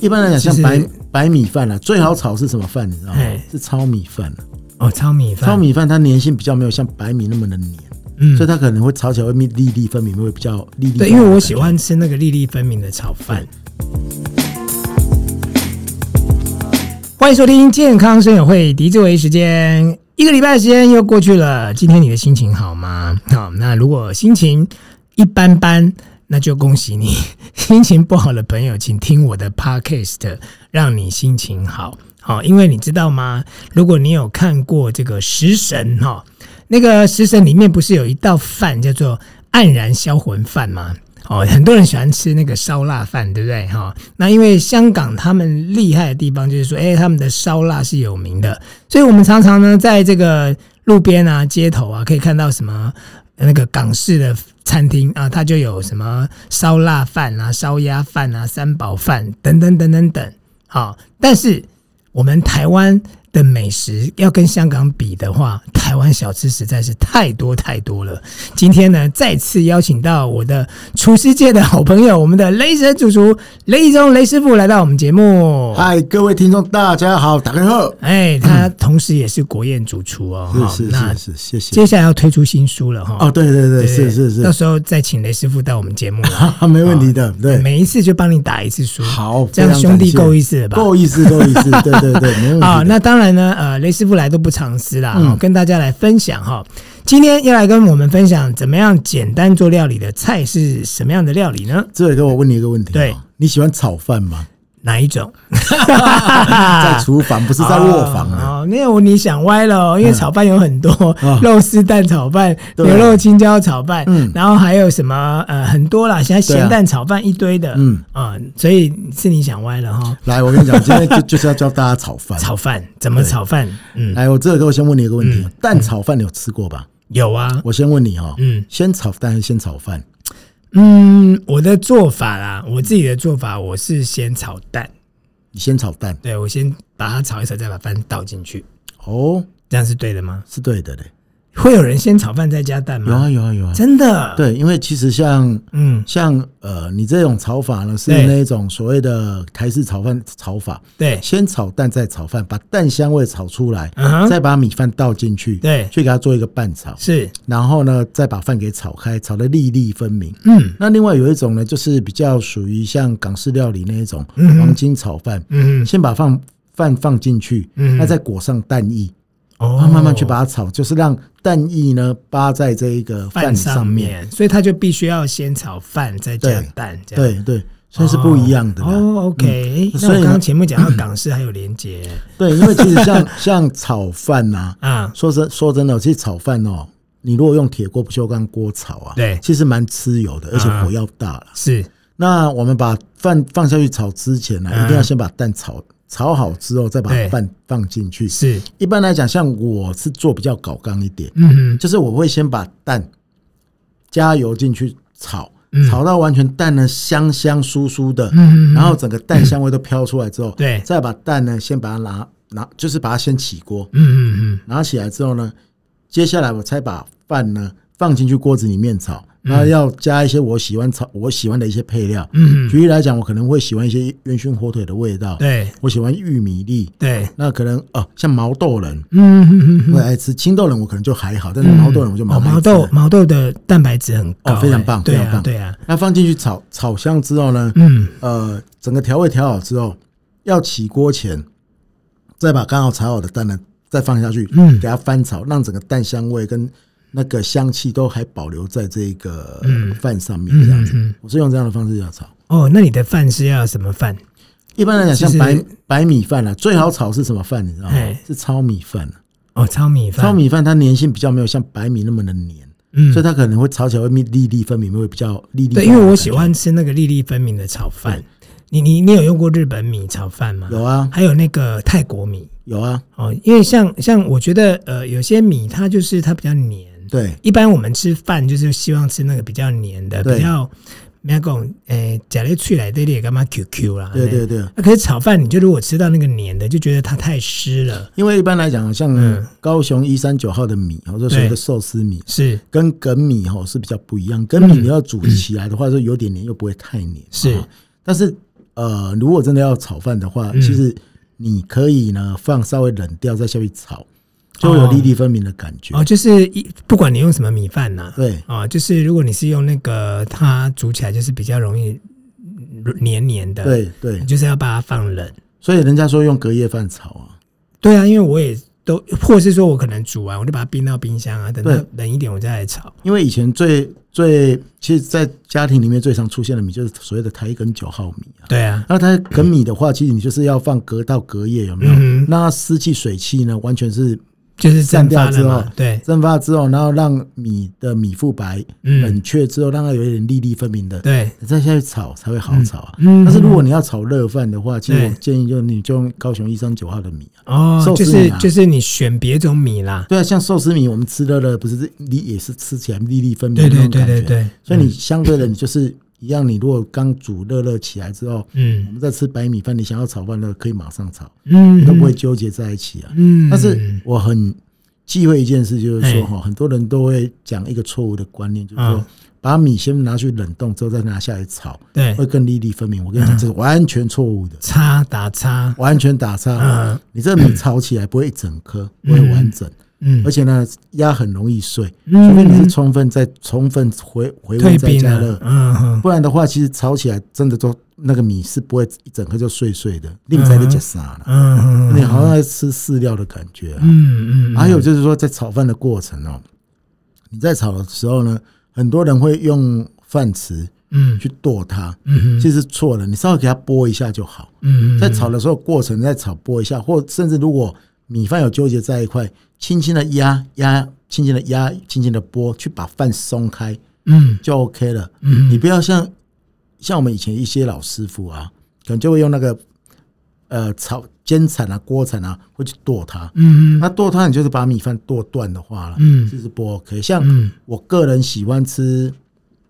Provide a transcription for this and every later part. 一般来讲，就像是白白米饭啊，最好炒是什么饭？你知道吗哎？是糙米饭啊。哦，糙米饭，糙米饭它粘性比较没有像白米那么的黏，嗯所以它可能会炒起来会粒粒分明，会比较粒粒。对，因为我喜。欢吃那个粒粒分明的炒饭。欢迎收听健康生友会狄志伟时间，一个礼拜的时间又过去了。今天你的心情好吗？好，那如果心情一般般，那就恭喜你。 心情不好的朋友，请听我的 podcast，让你心情好。好，因为你知道吗？如果你有看过这个《食神》哈、那个《食神》里面不是有一道饭叫做黯然销魂饭吗？哦，很多人喜欢吃那个烧腊饭，对不对？哈、那因为香港他们厉害的地方就是说，哎、他们的烧腊是有名的，所以我们常常呢，在这个路边啊、街头啊，可以看到什么那个港式的餐厅啊，它就有什么烧腊饭啊、烧鸭饭啊、三宝饭等等等等等。好、但是我们台湾的美食要跟香港比的话，台湾小吃实在是太多太多了。今天呢，再次邀请到我的厨师界的好朋友，我们的雷神主厨雷一中雷师傅来到我们节目。嗨，各位听众，大家好，打开后。哎，他同时也是国宴主厨哦。哈嗯是是那是是，谢谢。接下来要推出新书了哈。哦，对对对，对，是是到是，时候再请雷师傅到我们节目来。啊，没问题的， 对。每一次就帮你打一次书。好，这样非常兄弟感谢够意思了吧？够意思，够意 思，对对嗯对，没问题的。嗯啊、那当然呢，呃，雷师傅来都不藏私啦，哦跟大家来分享哈、今天要来跟我们分享怎么样简单做料理的菜是什么样的料理呢？志伟哥，我问你一个问题，啊对，你喜欢炒饭吗？哪 一种？啊在厨房，不是在卧房啊？嗯哦，哦那我你想歪了、哦，因为炒饭有很多，啊肉丝蛋炒饭、对啊牛肉青椒炒饭，嗯然后还有什么呃很多啦，现在咸蛋炒饭一堆的，嗯嗯啊、所以是你想歪了哈、来，我跟你讲，今天就就是要教大家炒饭。炒饭怎么炒饭？嗯，来，我这个我先问你一个问题：蛋炒饭你有吃过吧？有啊，我先问你哈，嗯先炒蛋还是先炒饭？嗯，我的做法啦，我自己的做法，我是先炒蛋，你先炒蛋对我先把它炒一炒，再把饭倒进去，哦，这样是对的吗？是对的嘞。会有人先炒饭再加蛋吗？有啊，有啊，有啊。真的，，对，因为其实像嗯，像呃，你这种炒法呢，是对那一种所谓的台式炒饭炒法，对，先炒蛋再炒饭，把蛋香味炒出来，嗯哼，再把米饭倒进去，对去给它做一个拌炒，是，然后呢，再把饭给炒开，炒得粒粒分明。嗯那另外有一种呢，就是比较属于像港式料理那一种嗯哼黄金炒饭，嗯，先把饭饭放进去，嗯那再裹上蛋液，然哦后慢慢去把它炒，就是让蛋液呢扒在这一个饭饭上面。面，所以他就必须要先炒饭再加对蛋，这对样。对，所以是不一样的啦。哦，OK，那我所以刚呢刚前面讲到港式还有连结 对，因为其实 像像炒饭呐、啊，说真说真的，其实炒饭哦，你如果用铁锅不锈钢锅炒啊，对其实蛮吃油的，而且啊火要大了。是，那我们把饭放下去炒之前呢、嗯一定要先把蛋炒炒好之后，再把对饭放进去。是，一般来讲，像我是做比较搞刚一点，嗯哼，就是我会先把蛋加油进去炒嗯，炒到完全蛋呢香香酥酥的，嗯然后整个蛋香味都飘出来之后，对再把蛋呢先把它拿拿，就是把它先起锅，嗯嗯拿起来之后呢，接下来我才把饭呢放进去锅子里面炒，那要加一些我喜欢炒我喜欢的一些配料。嗯嗯，举例来讲，我可能会喜欢一些烟熏火腿的味道，对我喜欢玉米粒，对，那可能哦、像毛豆仁。嗯嗯嗯嗯我也爱吃青豆仁，我可能就还好，但是毛豆仁我就蛮哦，爱毛吃的豆毛豆的蛋白质很高、哦非常棒哎对非啊常棒对啊，那放进去炒炒香之后呢，嗯呃，整个调味调好之后，要起锅前，再把刚好炒好的蛋呢再放下去，嗯给它翻炒，让整个蛋香味跟那个香气都还保留在这个嗯饭上面，这嗯样嗯子。嗯，我是用这样的方式要炒。哦，那你的饭是要什么饭？一般来讲，就像是白白米饭啊，最好炒是什么饭？你知道吗哎？是糙米饭啊。哦，糙米饭，糙，米饭它粘性比较没有像白米那么的黏，嗯所以它可能会炒起来会粒粒分明，会比较粒粒。对，因为我喜。欢吃那个粒粒分明的炒饭。你你你有用过日本米炒饭吗？有啊，还有那个泰国米有啊，哦，因为像像我觉得呃，有些米它就是它比较黏，对一般我们吃饭就是希望吃那个比较黏的，对比较没有讲呃诶，假咧脆来的也干嘛 QQ 啦？对那对对。那可是炒饭，你就如果吃到那个黏的，就觉得它太湿了。因为一般来讲，像嗯高雄一三九号的米，或者所谓的寿司米，是跟梗米哦哈是比较不一样。梗米你要煮起来的话，就有点黏，又不会太黏。嗯是哦但是呃，如果真的要炒饭的嗯话，其实你可以呢放稍微冷掉再下去炒，就会有哦粒粒分明的感觉。哦，就是一不管你用什么米饭呐、对哦，就是如果你是用那个它煮起来就是比较容易嗯黏黏的，，对对你，就是要把它放冷。所以人家说用隔夜饭炒啊，对啊，因为我也都，或是说我可能煮完我就把它冰到冰箱啊，等它对冷一点我再来炒。因为以前最最其实，在家庭里面最常出现的米就是所谓的台梗九号米啊。对啊，那它梗米的话，其实你就是要放隔到隔夜，有没有？嗯哼那湿气水气呢，完全是就是蒸散掉发之了后嘛，，对，蒸发之后，然后让米的米腹白嗯冷却之后，让它有一点粒粒分明的，对，你再下去炒才会好炒啊。嗯但是如果你要炒热饭的话，其实对我建议就你就用高雄一三九号的米啊。哦，寿就司是米啊就是你选别种米啦，对啊，像寿司米，我们吃热热，不是粒也是吃起来粒粒分明对的那对种对感觉。对对，嗯所以你相对的，你就是一样，你如果刚煮热热起来之后，我嗯们再吃白米饭，你想要炒饭的可以马上炒，嗯都不会纠结在一起啊。嗯，哎但是我很忌讳一件事，就是嘿说哈，很多人都会讲一个错误的观念，就是嗯说把米先拿去冷冻之后再拿下来炒，对会更粒粒分明。我跟你嗯讲，这是完全错误的，叉打叉，完全打嗯岔。你这米炒起来不会一整颗，不会完整，嗯而且呢，压很容易碎，嗯除非你是充分再充分回回退温再冰加了热，，嗯哼，不然的话，其实炒起来真的都那个米是不会一整颗就碎碎的，另在那加啥了，嗯哼你好像在吃饲料的感觉啊。嗯嗯，还有就是说，在炒饭的过程哦，你在炒的时候呢，很多人会用饭匙嗯去剁它，嗯哼其实错了，你稍微给它拨一下就好。嗯嗯，在炒的时候过程再炒拨一下，或甚至如果米饭有纠结在一块，轻轻的压压，轻轻的压，轻轻的拨，去把饭松开嗯就 OK 了。嗯你不要像像我们以前一些老师傅啊，可能就会用那个呃炒煎铲啊、锅铲啊，会去剁它。嗯那剁它，你就是把米饭剁断的话了，嗯其实不 OK。像嗯我个人喜欢吃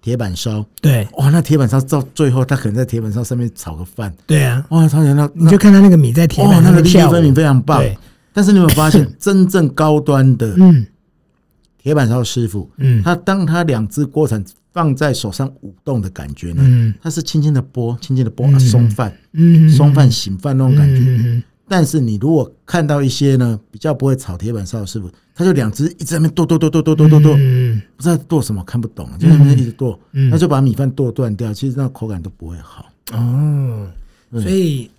铁板烧，对哇，那铁板烧到最后，他可能在铁板烧上面炒个饭，对啊，哇，他原来你就看他那个米在铁哦板，那个上面粒粒跳舞分明非常棒对。但是你有没有发 现，真正高端的嗯铁板烧师傅，嗯他当他两只锅铲放在手上舞动的感觉呢，嗯他是轻轻的拨，轻轻的拨嗯，啊松饭、嗯松饭、醒饭那种感觉。觉，但是你如果看到一些呢比较不会炒铁板烧的师傅，他就两只一直在那边剁剁剁剁剁剁剁剁，嗯不知道剁什么，看不懂，啊就在那边一直剁，嗯那就把米饭剁断掉，其实那口感都不会好。哦，嗯所以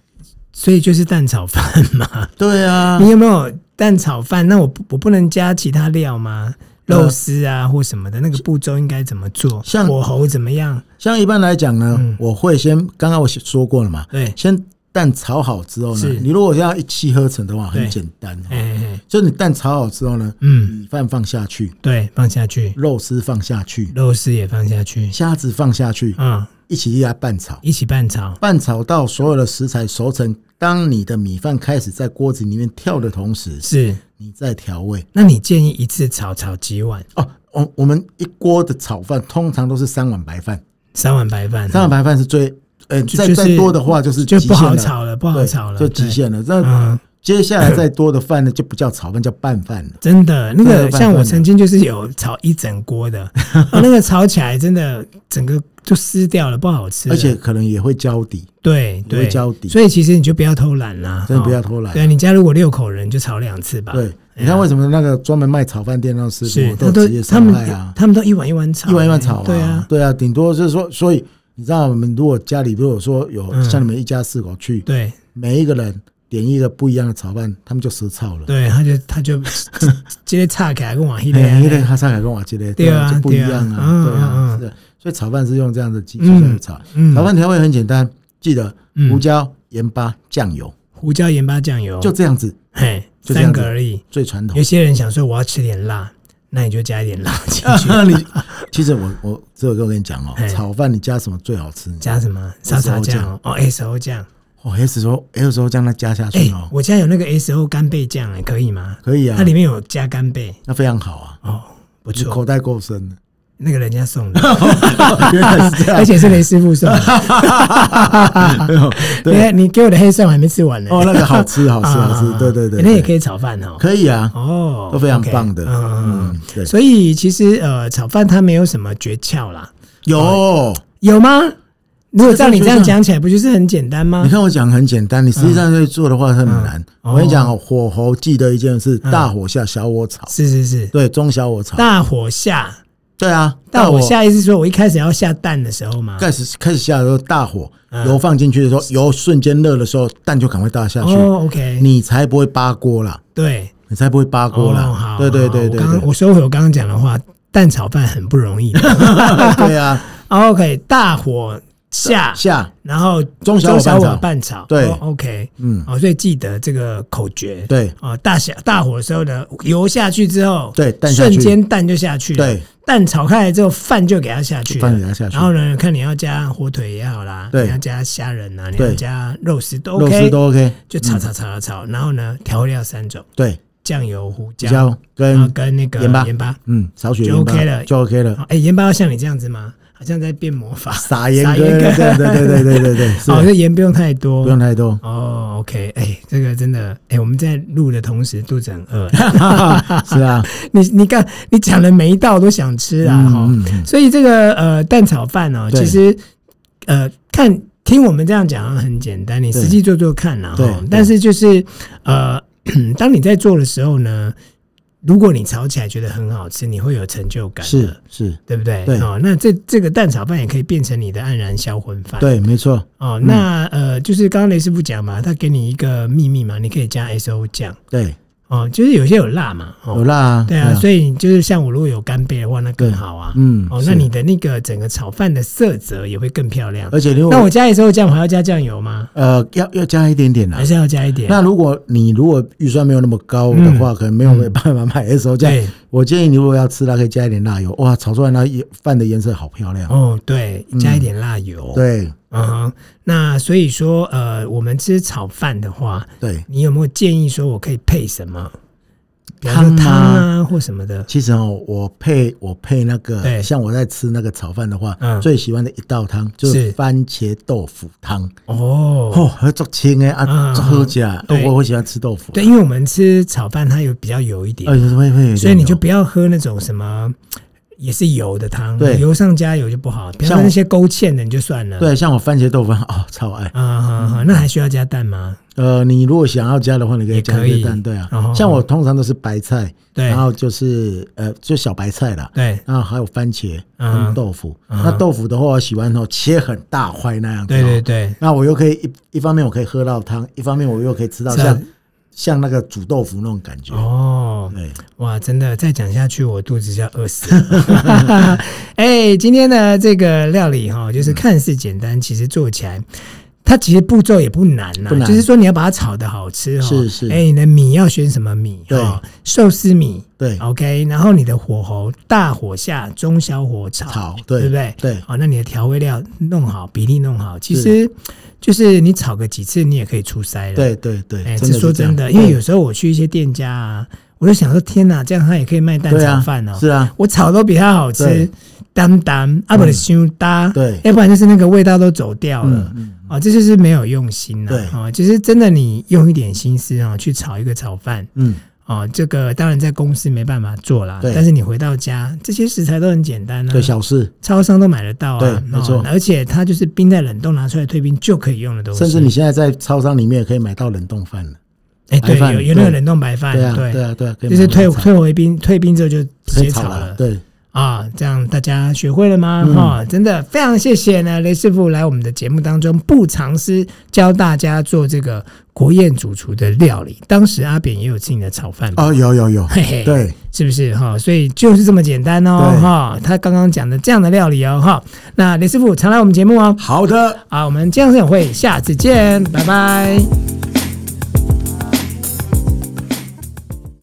所以就是蛋炒饭嘛，对啊，你有没有蛋炒饭？那我不我不能加其他料吗？呃肉丝啊或什么的，那个步骤应该怎么做？像火候怎么样？像一般来讲呢，嗯我会先刚刚我说过了嘛，对先蛋炒好之后呢是，你如果要一气呵成的话，对很简单哦，哎哎，哎就是你蛋炒好之后呢，嗯，米饭放下去，对，放下去，肉丝放下去，肉丝也放下去，虾子放下去，嗯，一起给它拌炒，一起拌炒，拌炒到所有的食材熟成。当你的米饭开始在锅子里面跳的同时，是。你再调味那你建议一次炒炒几碗？哦。我我们一锅的炒饭通常都是三碗白饭，三碗白饭，啊三碗白饭是最，呃，嗯就再就是再多的话就是就极不限好了炒了，不好对炒了，就对极。限了。那嗯接下来再多的饭呢，就不叫炒饭，叫拌饭了。真的，那个对像拌我饭曾经就是有炒一整 锅的，啊那个炒起来真的整个就撕掉了，不好吃了。而且可能也会交底，对也对会，交底，所以其实你就不要偷懒啦，真的不哦要偷懒。对你家如果六口人就炒两次吧。对，你看为什么那个专门卖炒饭店那种师啊哎是傅他都都职业他伤害们啊，他们都一碗一碗炒，一碗一碗炒啊，对啊，对啊，顶多就是说，所以你知道，我们如果家里如果说有嗯像你们一家四口去，对每一个人点一个不一样的炒饭，他们就失操了。对，他就他就 直接岔开跟往一哎，连一类哈萨卡跟瓦吉类，对啊就不一样对啊啊，对嗯嗯啊嗯，是的。所以炒饭是用这样的技术嗯在炒，嗯炒饭调味很简单，记得嗯哦胡椒、盐巴、酱油，胡椒、盐巴、酱油，就这样子嘿就这样三子哦个而已。最传统 有。些人想说我要吃点辣，那你就加一点辣进 去。你其实我我这个我跟你讲哦嘿，炒饭你加什么最好吃？加什么沙茶酱哦哦，S O 酱。哦，S O S O 酱它加下哎去哦，我家有那个 S O 干贝酱，哎，可以吗？可以啊它，里面有加干贝那非常好啊，哦，不你错，口袋够深 的，那个人家 送的，原来是这样而。且是雷师傅送的。 对你你给我的黑蒜我还没吃完呢。哦，那个好吃， 好吃，啊好吃，对对对，那也可以，以炒饭哦。可以啊，哦，都非常 OK，棒的。嗯嗯嗯，对嗯。，所以其实呃，炒饭它没有什么诀窍啦，有有吗？如果照你这就这样像讲起来，不就是很简单吗你？看我讲很简单，你实际上要做的话很难。嗯我跟你讲哦，火候记得一件事：嗯大火下小火炒，是是是，对，中小火炒。嗯大火下，对啊，大火下意思是说我一开始要下蛋的时候吗？开始开始下的时候，大火嗯油放进去的时候，油瞬间热的时候，蛋就赶快倒下去，哦，OK，你才不会扒锅啦，对，你才不会扒锅哦啦好。对对对好对我刚刚对，我收回我刚刚讲的话，蛋炒饭很不容 易的。对啊， OK，大火下，下然后中小火小拌火炒拌炒。对哦，OK，嗯，哦，所以记得这个口诀。对哦，大小大火的时候呢，油下去之后，对蛋下瞬去间蛋就下去了。对，蛋炒开来之后，饭就给它下去了，饭给它下去然后呢，看你要加火腿也好啦，对你要加虾仁啊，你对要加肉丝都肉 OK，丝都嗯 OK，就炒炒炒炒炒。然后呢，调料三种，对，酱油、胡比椒，较然后跟跟那个盐巴盐巴。嗯少许就盐巴 OK 了就 OK 了，哦哎，盐巴要像你这样子吗？好像在变魔法。撒盐撒跟盐跟对对对对对对对，是 哦，这盐不用太多，。不用太多哦，OK，哎、这个真的，哎、我们在录的同时肚子很 饿，是啊，你你刚你讲的每一道都想吃啊，哈、嗯嗯嗯所以这个呃蛋炒饭哦，对其实呃看听我们这样讲好像很简单，你对实际做做看啦，对哈对，但是就是呃， 当你在做的时候呢，如果你炒起来觉得很好吃，你会有成就感的，是是，对不对？对哦，那这这个蛋炒饭也可以变成你的黯然销魂饭，对，没错，哦，那呃，就是刚刚雷师傅讲嘛，他给你一个秘密嘛，你可以加 S O 酱对，哦，就是有些有辣嘛，哦，有辣啊，对啊，所以你就是像我如果有干贝的话，那更好啊，嗯哦，是那你的那个整个炒饭的色泽也会更漂亮。而且如那我果加 S O 酱，我还要加酱油吗？呃要要加一点点啦还，是要加一点？那如果你如果预算没有那么高的话，可能没有没办法买 S O 酱对。我建议你如果要吃辣，可以加一点辣油，哇，炒出来那也饭的颜色好漂亮。哦，对，加一点辣油。，嗯对嗯哼，那所以说，呃，我们吃炒饭的话，对，你有没有建议说我可以配什么？比汤方说吗汤啊，或什么的？其实哦，我配我配那对个，像我在吃那个炒饭的话嗯，最喜欢的一道汤就是是番茄豆腐汤。哦，哦，还做清哎嗯啊，做好吃啊对我我喜欢吃豆腐，对，因为我们吃炒饭，它有比较油一点，呃，有时候会会有点所以你就油不要喝那种什么也是油的汤，对油上加油就不好。比方像说我那些勾芡的你就算了，对，像我番茄豆腐 哦，超爱。啊，好好那还需要加蛋吗？呃，你如果想要加的话，你可以加也可一以个蛋，对啊哦。像我通常都是白菜，对然后就是呃，就小白菜啦，对然后还有番茄嗯跟豆腐。嗯那豆腐的话，我喜欢哦，切很大块那样子。哦对对。对，那我又可以一一方面我可以喝到汤，一方面我又可以吃到是啊像像那个煮豆腐那种感觉。哦，对， 哇，真的再讲下去我肚子就要饿死 了。哎，今天的这个料理哈，就是看似简单，其实做起来。它其实步骤也不难呐、不难就是说你要把它炒的好吃哦。是是哎、你的米要选什么米？对哦，寿司米，对 OK，然后你的火候大火下中小火炒，炒对不对？对好、那你的调味料弄好，比例弄好，其实就是你炒个几次，你也可以出塞了。，对对对，哎，真这的说是这样嗯真的，因为有时候我去一些店家啊，我就想说，天哪，这样他也可以卖蛋对炒啊饭哦。是啊，我炒都比他好吃对，单单啊不是香搭，对要不然就是那个味道都走掉了嗯，嗯哦，这就是没有用心了对啊，哦就是真的你用一点心思啊去炒一个炒饭，嗯，哦，这个当然在公司没办法做啦，对但是你回到家，这些食材都很简单啊，对，小事。超商都买得到啊，对哦没错而且它就是冰在冷冻拿出来退冰就可以用的东西，甚至你现在在超商里面也可以买到冷冻饭了。哎，白对，饭有有那个对冷冻白饭，对啊，对啊，对啊，可以哎就是买到炒退退回冰，退冰之后就直可以接炒炒了嗯了，，对，啊，这样大家学会了吗？哈、真的非常谢谢呢，雷师傅来我们的节目当中不藏私，教大家做这个国宴主厨的料理。当时阿扁也有自己的炒饭嘛哦，有有有，嘿嘿，对，是不是哈？所以就是这么简单哦对哈。他刚刚讲的这样的料理哦哈。那雷师傅常来我们节目哦。好的。啊，我们这样子会下次见，拜拜。